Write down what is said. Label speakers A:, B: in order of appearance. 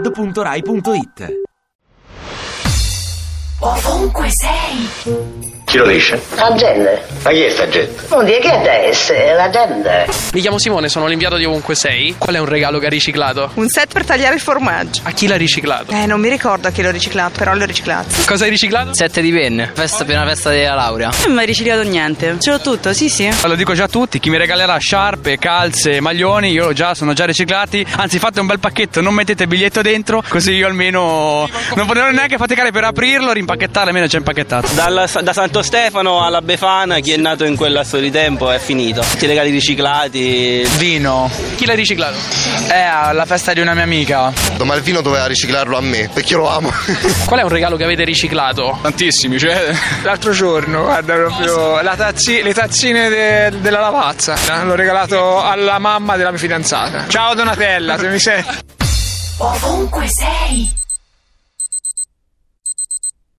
A: radio2pod.rai.it
B: Ovunque sei,
C: Chi lo dice?
D: La gente.
C: Ma chi è sta gente?
D: Non dire che adesso è la gente.
E: Mi chiamo Simone, sono l'inviato di ovunque sei. Qual è un regalo che ha riciclato?
F: Un set per tagliare il formaggio.
E: A chi l'ha riciclato?
F: Eh, non mi ricordo a chi l'ho riciclato, però l'ho riciclato.
E: Cosa hai riciclato?
G: Sette di penne, festa per una festa della laurea.
H: Non ho mai Eh, riciclato niente. Ce l'ho tutto, sì, sì.
I: Lo dico già a tutti, chi mi regalerà sciarpe, calze, maglioni, io già sono già riciclati, anzi fate un bel pacchetto, non mettete il biglietto dentro, così io almeno non potrò neanche faticare per aprirlo, rimpacchettare, almeno è già impacchettato.
G: Dalla- da Santo Stefano alla Befana, chi è nato in quel lasso di tempo è finito. Tutti i regali riciclati.
I: Vino,
E: Chi l'ha riciclato?
I: è alla festa di una mia amica.
J: Ma il vino doveva riciclarlo a me, perché io lo amo.
E: Qual è un regalo che avete riciclato?
I: Tantissimi, cioè. L'altro giorno, guarda proprio le tazzine della lavazza. L'ho regalato alla mamma della mia fidanzata. Ciao Donatella, se mi senti.
B: ovunque sei.